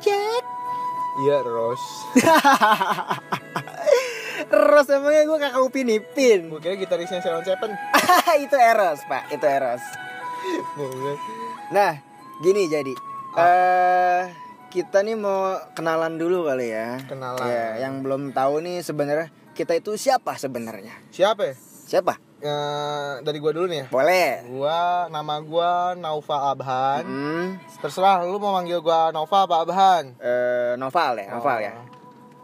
Iya Ros Eros emangnya gue kakak Upin Ipin Gue kira gitarisnya Sharon Seven Itu Eros pak, itu Eros Nah, gini jadi eh Kita nih mau kenalan dulu kali ya Kenalan. Ya, Yang belum tahu nih sebenarnya kita itu siapa sebenarnya Siapa ya? Siapa? Eh, dari gua dulu nih ya Boleh Gua, nama gua Naufa Abhan hmm, Terserah lu mau manggil gua Nova apa Abhan Oh. eh, Noval ya, Noval ya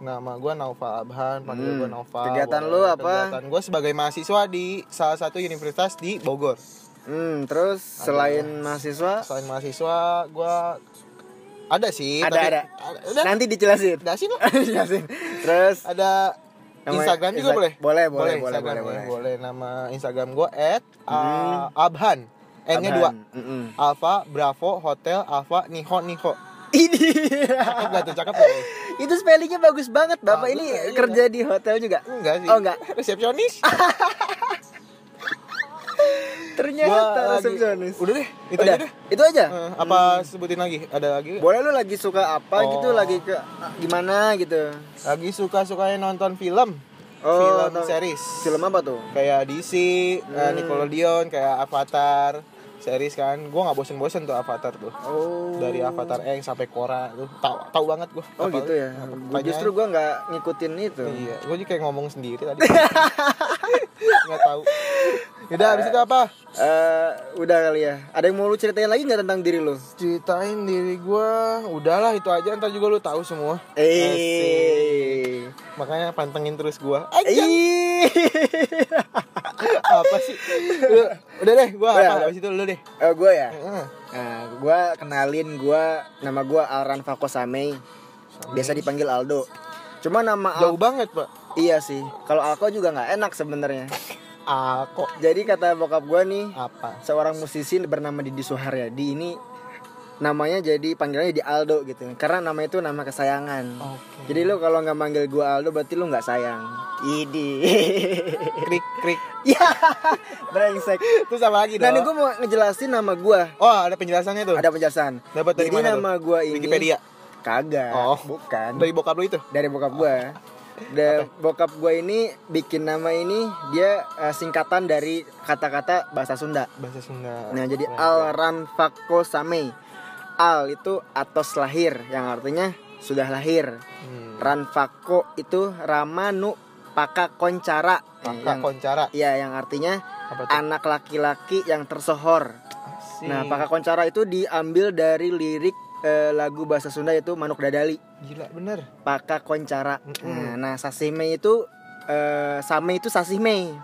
Nama gua Naufa Abhan, panggil Hmm. gua Naufa Kegiatan lu Boleh. apa? Kegiatan gua sebagai mahasiswa di salah satu universitas di Bogor hmm, Terus selain mahasiswa Selain mahasiswa, gua ada sih Ada, tapi- ada. Udah, Nanti dijelasin udah sih lu Dijelasin Terus Ada Nama- Instagram juga Insta- boleh? boleh, boleh, boleh, Instagram boleh, ya, boleh. Hmm. Nama Instagram gue at uh, Abhan. N-nya dua. Mm-mm. Alpha, Bravo, Hotel, Alpha, Niho, Niho. Ini Cakep gak tuh? Cakep ya? gak? tuh? Itu spellingnya bagus banget Bapak Bagus, ini iya, kerja di hotel juga Enggak sih. Oh, enggak. Ah. Resepsionis. Ternyata Gua lagi- resepsionis. Udah deh, itu Udah, aja deh. Itu aja. Eh, apa sebutin lagi? Ada lagi? nggak? Boleh lu lagi suka apa Oh. gitu, lagi ke gimana gitu. Lagi suka-sukanya nonton film. Oh, film nonton- series. Film Hmm. apa tuh? Kayak DC, eh, Nickelodeon, kayak Avatar. Series kan. Gue gak bosen-bosen tuh Avatar tuh. Oh. dari Avatar Aang sampai Korra tuh tahu tahu banget gua Oh Apa- gitu ya. apa Gua pertanyaan. justru gua nggak ngikutin itu. iya gua juga kayak ngomong sendiri tadi nggak tahu udah habis itu apa Eh, udah kali ya. Ada yang mau lu ceritain lagi nggak tentang diri lu? ceritain diri gua udahlah itu aja ntar juga lu tahu semua Eh. makanya pantengin terus gua Ay, Ih. apa sih Lu- udah deh gua Udah, apa udah. habis itu lu deh Eh, gua ya. Heeh. Nah, gua kenalin gua nama gua Alran Fakosame. Biasa dipanggil Aldo. Cuma nama Al- jauh banget pak Iya sih. Kalau Alko juga nggak enak sebenarnya. aku Jadi kata bokap gue nih, apa seorang musisi bernama Didi Suharyadi ini namanya jadi panggilannya di Aldo gitu. Karena nama itu nama kesayangan. oke Jadi lu kalau nggak manggil gue Aldo berarti lu nggak sayang. Idi. krik krik ya, brengsek. terus apa lagi Nah, dong ini gue mau ngejelasin nama gue. oh ada penjelasannya tuh Ada penjelasan. Dapat dari Jadi mana tuh? nama gue ini Wikipedia kagak, Oh. bukan. dari bokap lu itu dari bokap gua Da- bokap gua ini bikin nama ini dia eh, singkatan dari kata-kata bahasa Sunda. bahasa Sunda Nah, jadi Al Ranfako Same. Al itu atos lahir yang artinya sudah lahir. Hmm. Ranfako itu Ramanu Paka Koncara. Eh, yang, Paka Koncara ya, yang artinya apa tuh? anak laki-laki yang tersohor. Asik. Nah, Paka Koncara itu diambil dari lirik eh, lagu bahasa Sunda yaitu Manuk Dadali. gila bener. Paka koncara. Mm-mm. Nah, sasime itu eh same itu sasime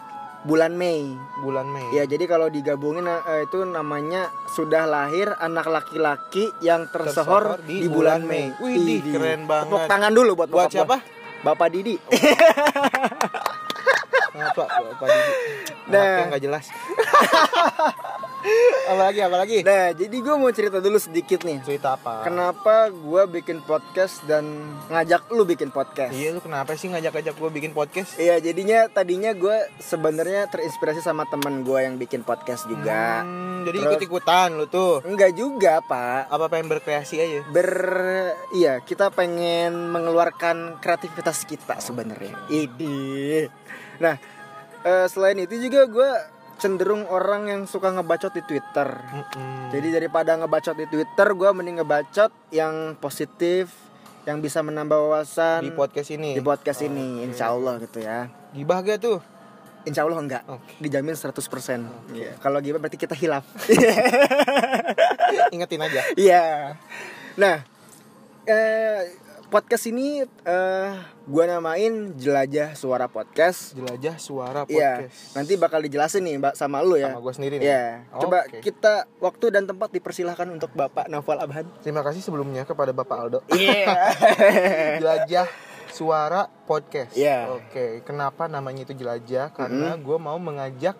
bulan Mei. Bulan Mei. Ya, jadi kalau digabungin eh, itu namanya sudah lahir anak laki-laki yang tersohor, di, bulan Mei. Widih, Widih. keren banget. Tepuk tangan dulu buat Buat bokap gua. siapa? Oh. Bapak Didi. Apa? Apa Didi? Nah. Anaknya nggak jelas. apa lagi? Apa lagi? Nah, jadi gue mau cerita dulu sedikit nih. Cerita apa? Kenapa gue bikin podcast dan ngajak lu bikin podcast? Iya, lu kenapa sih ngajak-ngajak gue bikin podcast? Iya jadinya tadinya gue sebenarnya terinspirasi sama teman gue yang bikin podcast juga. Hmm, jadi Terus- ikut-ikutan lu tuh. Enggak juga pak. Apa pengen berkreasi aja? ber iya kita pengen mengeluarkan kreativitas kita sebenarnya ini nah eh, selain itu juga gue cenderung orang yang suka ngebacot di twitter Mm-mm. jadi daripada ngebacot di twitter gue mending ngebacot yang positif yang bisa menambah wawasan Di podcast Oh, iya. ini. di podcast ini insya Allah gitu ya Gibah gak tuh? insya Allah enggak Oke. dijamin 100% Iya. kalau gimana berarti kita hilaf Ingetin aja. Iya. Nah, eh, podcast ini eh, gua namain Jelajah Suara Podcast. Jelajah suara Iya. podcast. Nanti bakal dijelasin nih, Mbak, sama lu ya. sama gue sendiri nih. Iya. Coba Oke. kita waktu dan tempat dipersilahkan untuk Bapak Novel Abhan. Terima kasih sebelumnya kepada Bapak Aldo. Iya. Jelajah Suara Podcast. Iya. Oke, kenapa namanya itu Jelajah? Karena gue mau mengajak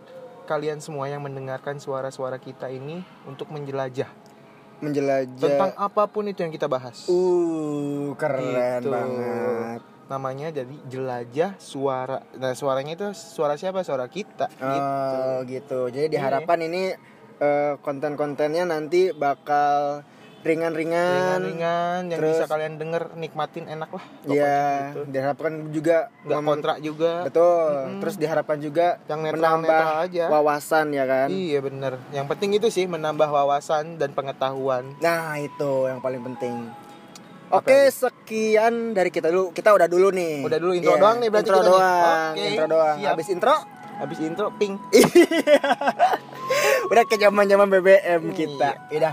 kalian semua yang mendengarkan suara-suara kita ini untuk menjelajah Iya. Menjelajah. tentang apapun itu yang kita bahas. Uh, keren Gitu. banget. Namanya jadi Jelajah Suara. Nah, suaranya itu suara siapa? Suara kita. Ah. Gitu. Oh, gitu. Jadi diharapkan ini eh, konten-kontennya nanti bakal ringan-ringan ringan-ringan yang Terus- bisa kalian denger nikmatin enak lah pokoknya ya gitu. diharapkan juga nggak mem- kontrak juga betul terus diharapkan juga yang netral menambah netral aja wawasan ya kan iya bener yang penting itu sih menambah wawasan dan pengetahuan nah itu yang paling penting Apa Oke, sekian dari kita dulu. Kita udah dulu nih. Udah dulu, intro Iya, doang nih berarti Intro kita nih. doang. Oke, Intro doang. siap. Habis intro iya. habis intro ping udah ke zaman-zaman BBM kita. Udah. Iya.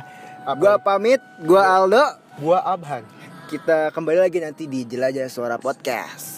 Apa? Gua pamit, gua Aldo. gua abhan Kita kembali lagi nanti di Jelajah Suara Podcast.